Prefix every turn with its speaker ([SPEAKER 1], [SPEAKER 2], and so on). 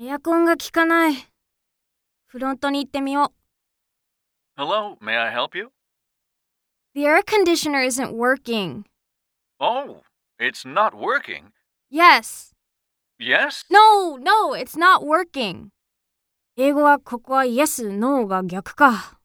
[SPEAKER 1] エアコンが効かない。フロントに行ってみよ
[SPEAKER 2] Hello, may I help you?
[SPEAKER 1] う。The air conditioner isn't working.
[SPEAKER 2] Oh, it's not working.
[SPEAKER 1] Yes.
[SPEAKER 2] Yes?
[SPEAKER 1] No, no, it's not working. 英語はここは Yes, No が逆か。